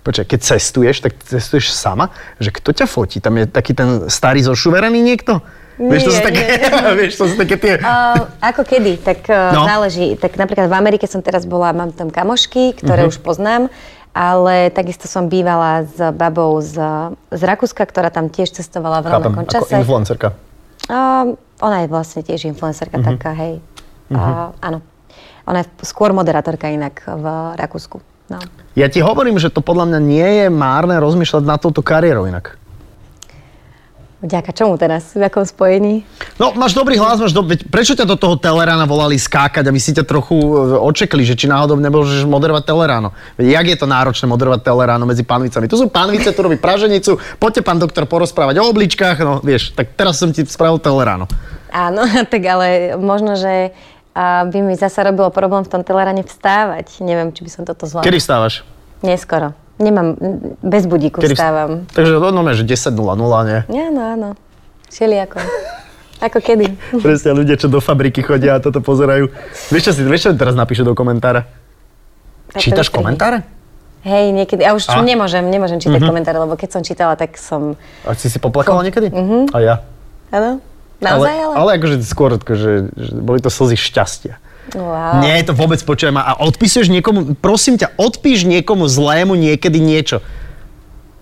Speaker 1: Počkaj, keď cestuješ, tak cestuješ sama, že kto ťa fotí? Tam je taký ten starý zošuverený niekto? vieš, to sú
Speaker 2: Nie,
Speaker 1: také, *laughs* vieš, to sú také tie...
Speaker 2: Uh, ako kedy, tak uh,
Speaker 1: No.
Speaker 2: no. záleží. Tak napríklad v Amerike som teraz bola, mám tam kamošky,
Speaker 1: Mhm.
Speaker 2: ktoré uh-huh. už poznám, ale takisto som bývala s babou z, z Rakúska, ktorá tam tiež cestovala v
Speaker 1: Chápem,
Speaker 2: rovnakom
Speaker 1: ako
Speaker 2: čase.
Speaker 1: influencerka.
Speaker 2: Um, ona je vlastne tiež influencerka
Speaker 1: Mhm.
Speaker 2: mm-hmm. taká, hej. Uh, áno. Ona je skôr moderátorka inak v Rakúsku. No.
Speaker 1: Ja ti hovorím, že to podľa mňa nie je márne rozmýšľať nad touto kariérou inak.
Speaker 2: Vďaka čomu teraz? V akom spojení?
Speaker 1: No, máš dobrý hlas, máš dobrý... Prečo ťa do toho Telerána volali skákať, aby si ťa trochu e, očekli, že či náhodou nemôžeš moderovať Teleráno? Veď jak je to náročné moderovať Teleráno medzi panvicami? Tu sú panvice, tu robí praženicu, poďte pán doktor porozprávať o obličkách, no vieš, tak teraz som ti spravil Teleráno.
Speaker 2: Áno, *laughs* tak ale možno, že a by mi zasa robilo problém v tom telerane vstávať. Neviem, či by som toto zvládla.
Speaker 1: Kedy vstávaš?
Speaker 2: Neskoro. Nemám, m, bez budíku
Speaker 1: Kedy
Speaker 2: Kedy vstávam.
Speaker 1: Takže no, že 10.00, nie?
Speaker 2: Áno, áno. Šeli
Speaker 1: *laughs*
Speaker 2: ako. Ako kedy.
Speaker 1: Presne ľudia, čo do fabriky chodia a toto pozerajú. Vieš, čo si vieš, čo teraz napíšu do komentára?
Speaker 2: Takéto
Speaker 1: Čítaš
Speaker 2: vystrihy.
Speaker 1: komentáre?
Speaker 2: Hej, niekedy. Ja už
Speaker 1: A? Mhm.
Speaker 2: nemôžem, nemôžem čítať komentáre, lebo keď som čítala, tak som...
Speaker 1: A si si poplakala niekedy? A ja.
Speaker 2: Áno? Mhm. Naozaj, ale...
Speaker 1: ale akože skôr, akože, že boli to slzy šťastia.
Speaker 2: Wow.
Speaker 1: Nie, to vôbec počujem. A odpisuješ niekomu, prosím ťa, odpíš niekomu zlému niekedy niečo.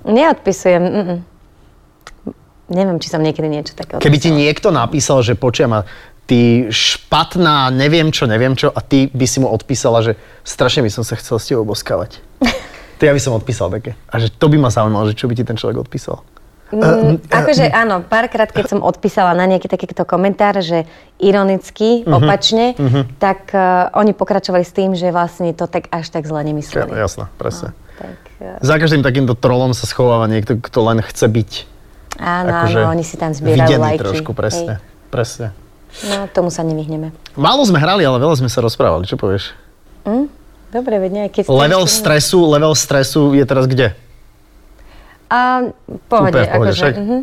Speaker 2: Neodpisujem. Mm-mm. Neviem, či som niekedy niečo také
Speaker 1: Keby ti niekto napísal, že počujem a ty špatná, neviem čo, neviem čo, a ty by si mu odpísala, že strašne by som sa chcel s tebou
Speaker 2: *laughs*
Speaker 1: boskávať. To ja by som odpísal také. A že to by ma zaujímalo, že čo by ti ten človek odpísal. hm, eh,
Speaker 2: Mm, akože áno, párkrát, keď som odpísala na nejaký takýto komentár, že ironicky,
Speaker 1: Mhm,
Speaker 2: opačne, tak eh, oni pokračovali s tým, že vlastne to tak až tak zle nemysleli.
Speaker 1: Jasné, presne.
Speaker 2: Tak, eh,
Speaker 1: Za každým takýmto trolom sa schováva niekto, kto len chce byť
Speaker 2: áno,
Speaker 1: akože
Speaker 2: áno, oni si tam zbierajú
Speaker 1: videný
Speaker 2: lajky.
Speaker 1: trošku, presne.
Speaker 2: Hej.
Speaker 1: Presne.
Speaker 2: No, tomu sa nevyhneme.
Speaker 1: Málo sme hrali, ale veľa sme sa rozprávali, čo povieš?
Speaker 2: Dobre, veď nejaký...
Speaker 1: Level stresu, level stresu je teraz kde?
Speaker 2: A
Speaker 1: Úplne
Speaker 2: pohode,
Speaker 1: v pohode,
Speaker 2: akože...
Speaker 1: však?
Speaker 2: mhm.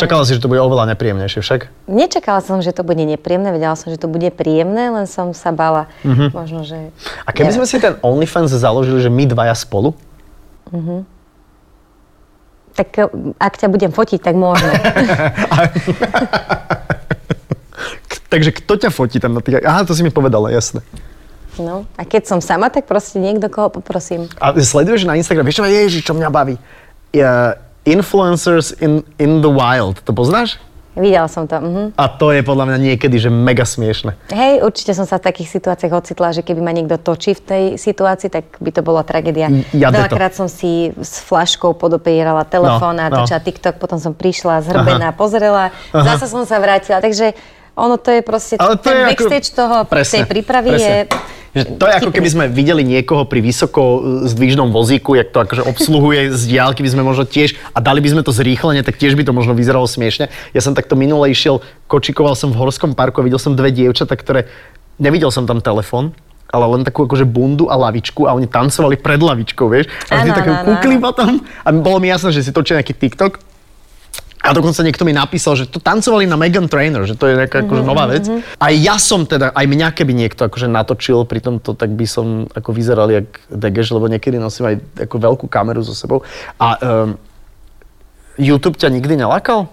Speaker 1: Čakala si, že to bude oveľa nepríjemnejšie však?
Speaker 2: Nečakala som, že to bude nepríjemné, vedela som, že to bude príjemné, len som sa bala.
Speaker 1: Mhm.
Speaker 2: Možno, že...
Speaker 1: A keby
Speaker 2: neviem.
Speaker 1: sme si ten OnlyFans založili, že my dvaja spolu?
Speaker 2: Tak eh, ak ťa budem fotiť, tak môžeme.
Speaker 1: *laughs* K- takže kto ťa fotí tam na tých... Aha, to si mi povedala, jasné.
Speaker 2: No a keď som sama, tak proste niekto, koho poprosím.
Speaker 1: A sleduješ na Instagram, vieš čo, ježiš, čo mňa baví? Uh, influencers in, in the wild, to poznáš?
Speaker 2: Videla som to. Mhm.
Speaker 1: A to je podľa mňa niekedy, že mega smiešne.
Speaker 2: Hej, určite som sa v takých situáciách ocitla, že keby ma niekto točí v tej situácii, tak by to bola tragédia.
Speaker 1: Ja deto.
Speaker 2: Veľakrát som si s flaškou podopierala telefón
Speaker 1: No,
Speaker 2: a
Speaker 1: no.
Speaker 2: točila TikTok, potom som prišla zhrbená, pozrela, zasa som sa vrátila, takže ono to je proste,
Speaker 1: Ale to
Speaker 2: ten
Speaker 1: je ako-
Speaker 2: backstage toho,
Speaker 1: presne,
Speaker 2: tej prípravy
Speaker 1: presne.
Speaker 2: je...
Speaker 1: Že to je ako keby sme videli niekoho pri vysoko e, zdvižnom vozíku, jak to akože obsluhuje z diálky, by sme možno tiež, a dali by sme to zrýchlenie, tak tiež by to možno vyzeralo smiešne. Ja som takto minule išiel, kočikoval som v Horskom parku a videl som dve dievčatá, ktoré, nevidel som tam telefon, ale len takú akože bundu a lavičku a oni tancovali pred lavičkou, vieš. A vždy
Speaker 2: Áno,
Speaker 1: také
Speaker 2: áno, áno,
Speaker 1: kúkli potom a bolo mi jasné, že si točia nejaký TikTok. A dokonca niekto mi napísal, že to tancovali na Megan Trainer, že to je nejaká akože nová vec. A ja som teda, aj mňa keby niekto akože natočil pri tomto, tak by som ako vyzeral jak degež, lebo niekedy nosím aj ako veľkú kameru so sebou. A um, YouTube ťa nikdy nelakal?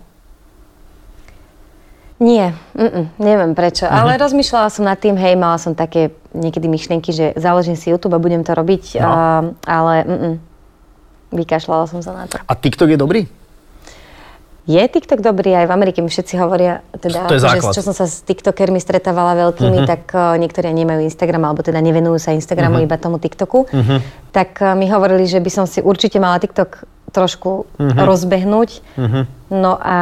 Speaker 2: Nie, mm-mm, neviem
Speaker 1: Mhm.
Speaker 2: prečo, ale rozmýšľala som nad tým, hej, mala som také niekedy myšlienky, že založím si YouTube a budem to
Speaker 1: No.
Speaker 2: robiť, no. ale mm-mm, vykašľala som sa na to.
Speaker 1: A TikTok je dobrý?
Speaker 2: Je TikTok dobrý, aj v Amerike mi všetci hovoria, teda,
Speaker 1: To je
Speaker 2: že
Speaker 1: základ. Mhm.
Speaker 2: čo som sa s TikTokermi stretávala veľkými, tak uh, niektorí ani nemajú Instagram, alebo teda nevenujú sa Instagramu, iba tomu TikToku,
Speaker 1: Mhm.
Speaker 2: tak uh, mi hovorili, že by som si určite mala TikTok trošku
Speaker 1: Mhm.
Speaker 2: rozbehnúť, no a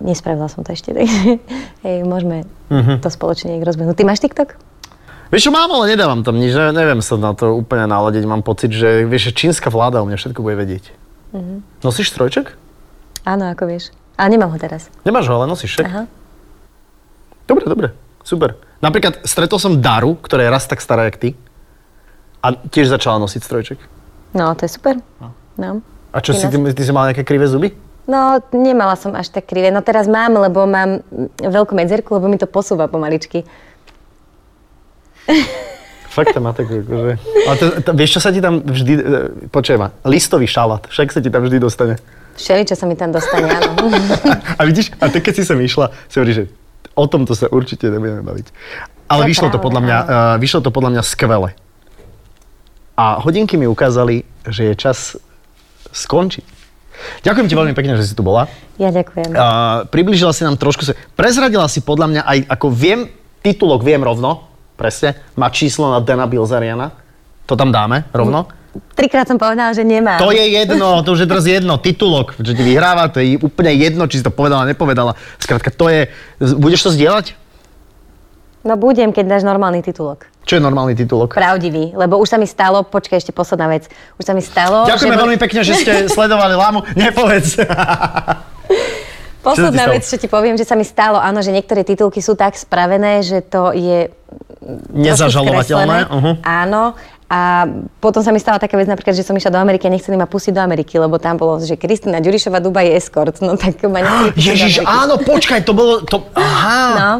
Speaker 2: nespravila som to ešte, takže *laughs* hej, môžeme
Speaker 1: Mhm.
Speaker 2: to spoločne nejak rozbehnúť. Ty máš TikTok?
Speaker 1: Vieš čo, mám, ale nedávam tam nič, ne- neviem sa na to úplne naladiť, mám pocit, že vieš, že čínska vláda o mne všetko bude vedieť. Nosíš strojček?
Speaker 2: Áno, ako vieš. Ale nemám ho teraz.
Speaker 1: Nemáš ho, ale nosíš však.
Speaker 2: Aha.
Speaker 1: Dobre, dobre, super. Napríklad stretol som Daru, ktorá je raz tak stará jak ty a tiež začala nosiť strojček.
Speaker 2: No, to je super. No.
Speaker 1: A čo si,
Speaker 2: Ty
Speaker 1: ty, ty si mal nejaké krivé zuby?
Speaker 2: No, nemala som až tak krivé. No teraz mám, lebo mám mm, veľkú medzerku, lebo mi to posúva pomaličky.
Speaker 1: Fakt tam má takú, akože... Ale to, to, vieš, čo sa ti tam vždy... e, Počkaj ma, listový šalát, však sa ti tam vždy dostane.
Speaker 2: Všeličo sa mi tam dostane,
Speaker 1: *laughs*
Speaker 2: áno.
Speaker 1: A vidíš, a ty keď si sem išla, si hovoríš, že o tomto sa určite nebudeme baviť. Ale
Speaker 2: To
Speaker 1: vyšlo to,
Speaker 2: práve,
Speaker 1: podľa mňa,
Speaker 2: áno.
Speaker 1: uh, vyšlo to podľa mňa skvele. A hodinky mi ukázali, že je čas skončiť. Ďakujem ti veľmi pekne, že si tu bola.
Speaker 2: Ja ďakujem.
Speaker 1: Uh, približila si nám trošku, se- prezradila si podľa mňa aj, ako viem, titulok viem rovno, presne, má číslo na Dana Bilzeriana, to tam dáme rovno.
Speaker 2: Trikrát som povedala, že nemám.
Speaker 1: To je jedno, to už je teraz jedno, titulok, že ti vyhráva, to je úplne jedno, či si to povedala, nepovedala. Skrátka, to je, budeš to zdieľať?
Speaker 2: No budem, keď dáš normálny titulok.
Speaker 1: Čo je normálny titulok?
Speaker 2: Pravdivý, lebo už sa mi stalo, počkaj, ešte posledná vec. Už sa mi stalo,
Speaker 1: Ďakujeme
Speaker 2: že...
Speaker 1: veľmi pekne, že
Speaker 2: *laughs*
Speaker 1: ste sledovali Lámu. Nepovedz.
Speaker 2: Posledná
Speaker 1: stalo?
Speaker 2: vec, čo ti poviem, že sa mi stalo, áno, že niektoré titulky sú tak spravené, že to je
Speaker 1: Nezažalovateľné.
Speaker 2: Trošku skreslené,
Speaker 1: Uh-huh.
Speaker 2: Áno. A potom sa mi stala taká vec napríklad, že som išla do Ameriky a nechceli ma pustiť do Ameriky, lebo tam bolo, že Kristina Ďurišová Duba je escort. No tak ma nechceli
Speaker 1: Ah,
Speaker 2: pustiť
Speaker 1: Ježiš,
Speaker 2: do Ameriky.
Speaker 1: áno, počkaj, to bolo... To, aha.
Speaker 2: No.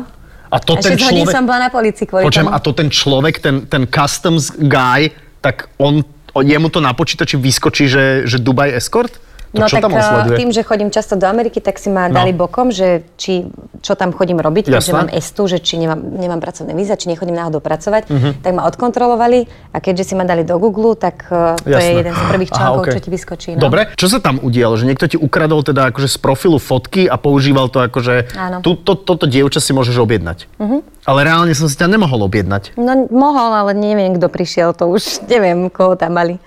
Speaker 1: A to
Speaker 2: A
Speaker 1: ten
Speaker 2: 6 hodín
Speaker 1: človek...
Speaker 2: som bola na policii kvôli
Speaker 1: Počujem,
Speaker 2: tomu.
Speaker 1: a to ten človek, ten, ten customs guy, tak on, on jemu to na počítači vyskočí, že, že Dubaj escort? To
Speaker 2: no
Speaker 1: čo
Speaker 2: tak
Speaker 1: tam on
Speaker 2: eh,
Speaker 1: sleduje?
Speaker 2: tým, že chodím často do Ameriky, tak si ma
Speaker 1: No.
Speaker 2: dali bokom, že či, čo tam chodím robiť,
Speaker 1: Jasné.
Speaker 2: keďže mám estu, že či nemám, nemám pracovné víza, či nechodím náhodou pracovať,
Speaker 1: Mhm.
Speaker 2: tak ma odkontrolovali a keďže si ma dali do Google, tak eh, to je
Speaker 1: Jasné.
Speaker 2: jeden z prvých
Speaker 1: Aha,
Speaker 2: článkov,
Speaker 1: okej.
Speaker 2: čo ti vyskočí. No.
Speaker 1: Dobre, čo sa tam udialo? Že niekto ti ukradol teda akože z profilu fotky a používal to akože...
Speaker 2: Áno. Mhm.
Speaker 1: Tu, to, toto dievča si môžeš objednať. Ale reálne som si ťa nemohol objednať.
Speaker 2: No mohol, ale neviem, kto prišiel, to už neviem, koho tam mali.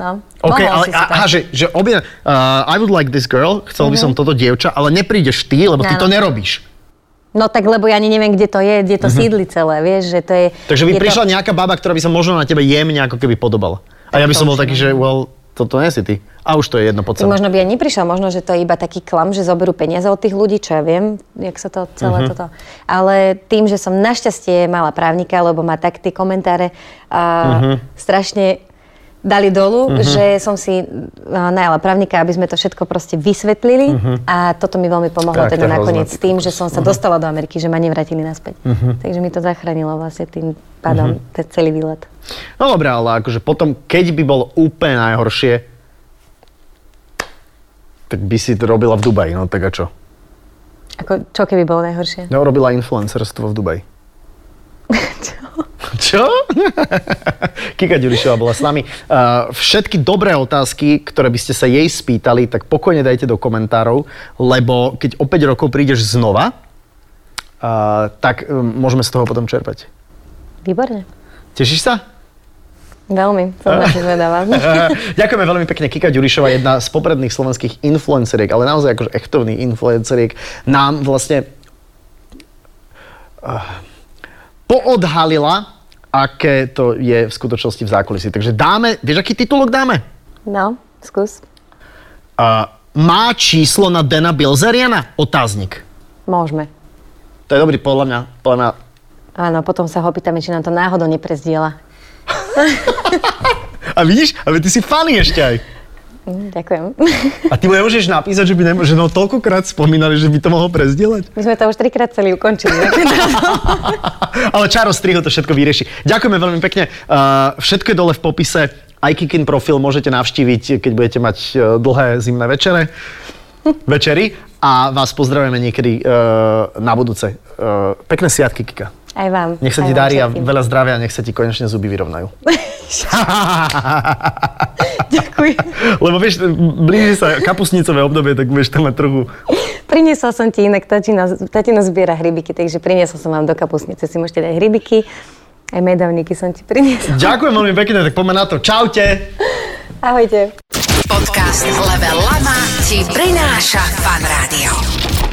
Speaker 2: No,
Speaker 1: OK,
Speaker 2: mohol
Speaker 1: ale
Speaker 2: si si to.
Speaker 1: aha, že, že objedna, uh, I would like this girl, chcel by som toto dievča, ale neprídeš ty, lebo ty
Speaker 2: Mhm. Áno.
Speaker 1: to nerobíš.
Speaker 2: No tak lebo ja ani neviem, kde to je, kde to sídli celé, vieš, že to je...
Speaker 1: Mhm. Takže by
Speaker 2: je
Speaker 1: prišla
Speaker 2: to...
Speaker 1: nejaká baba, ktorá by sa možno na tebe jemne ako keby podobala. A ja by
Speaker 2: to
Speaker 1: som bol
Speaker 2: už
Speaker 1: taký, že well, toto nie si ty. A už to je jedno pod
Speaker 2: Tak
Speaker 1: sebou.
Speaker 2: Možno by aj neprišla, možno, že to je iba taký klam, že zoberú peniaze od tých ľudí, čo ja viem, jak sa to
Speaker 1: Mhm.
Speaker 2: celé toto... Ale tým, že som našťastie mala právnika, lebo ma tak tie komentáre
Speaker 1: Mhm.
Speaker 2: uh, strašne dali dolu, že som si uh, najala právnika, aby sme to všetko proste vysvetlili a toto mi veľmi pomohlo
Speaker 1: Mhm. Tak, Mhm.
Speaker 2: teda
Speaker 1: to je
Speaker 2: nakoniec
Speaker 1: hrozné,
Speaker 2: s tým, že som sa dostala do Ameriky, že ma nevrátili naspäť.
Speaker 1: Mhm.
Speaker 2: Takže mi to zachránilo vlastne tým pádom ten celý výlet.
Speaker 1: No dobré, ale akože potom, keď by bolo úplne najhoršie, tak by si to robila v Dubaji, no tak a čo?
Speaker 2: Ako, čo keby bolo najhoršie?
Speaker 1: No, robila influencerstvo v Dubaji.
Speaker 2: Čo?
Speaker 1: Čo? *laughs* Kika Ďurišová bola s nami. Uh, Všetky dobré otázky, ktoré by ste sa jej spýtali, tak pokojne dajte do komentárov, lebo keď o 5 rokov prídeš znova, uh, tak um, môžeme z toho potom čerpať.
Speaker 2: Výborne.
Speaker 1: Tešíš sa?
Speaker 2: Veľmi, som veľmi zvedavá.
Speaker 1: *laughs* Ďakujeme veľmi pekne. Kika Ďurišová, jedna z popredných slovenských influenceriek, ale naozaj akože echtovný influenceriek, nám vlastne uh, poodhalila, aké to je v skutočnosti v zákulisí. Takže dáme, vieš, aký titulok dáme?
Speaker 2: No, skús.
Speaker 1: Uh, má číslo na Dena Bilzeriana? Otáznik.
Speaker 2: Môžeme.
Speaker 1: To je dobrý, podľa mňa. Podľa mňa.
Speaker 2: Áno, potom sa ho pýtame, či nám to náhodou neprezdiela.
Speaker 1: A vidíš, ale ty si fany ešte aj.
Speaker 2: Mm, Ďakujem. *laughs*
Speaker 1: A ty mu nemôžeš napísať, že by nemo- že no, toľkokrát spomínali, že by to mohol prezdielať.
Speaker 2: My sme to už trikrát celý ukončili. *laughs*
Speaker 1: *laughs* Ale Čaro Striho to všetko vyrieši. Ďakujeme veľmi pekne. Uh, všetko je dole v popise. Aj Kikin profil môžete navštíviť, keď budete mať uh, dlhé zimné večere. Večery. A vás pozdravujeme niekedy uh, na budúce. Uh, pekné sviatky, Kika.
Speaker 2: Aj vám.
Speaker 1: Nech sa
Speaker 2: aj
Speaker 1: ti
Speaker 2: vám
Speaker 1: darí a
Speaker 2: všetkým.
Speaker 1: veľa zdravia, nech sa ti konečne zuby vyrovnajú.
Speaker 2: *laughs*
Speaker 1: *laughs*
Speaker 2: Ďakujem.
Speaker 1: Lebo vieš, blíži sa kapusnicové obdobie, tak budeš tam mať trochu...
Speaker 2: Priniesla som ti inak, tatino, tatino zbiera hrybiky, takže priniesla som vám do kapusnice. Si môžete dať hrybiky, aj medavníky som ti priniesla.
Speaker 1: Ďakujem veľmi pekne, tak poďme na to. Čaute!
Speaker 2: Ahojte.
Speaker 4: Podcast Level Lama ti prináša Fan Rádio.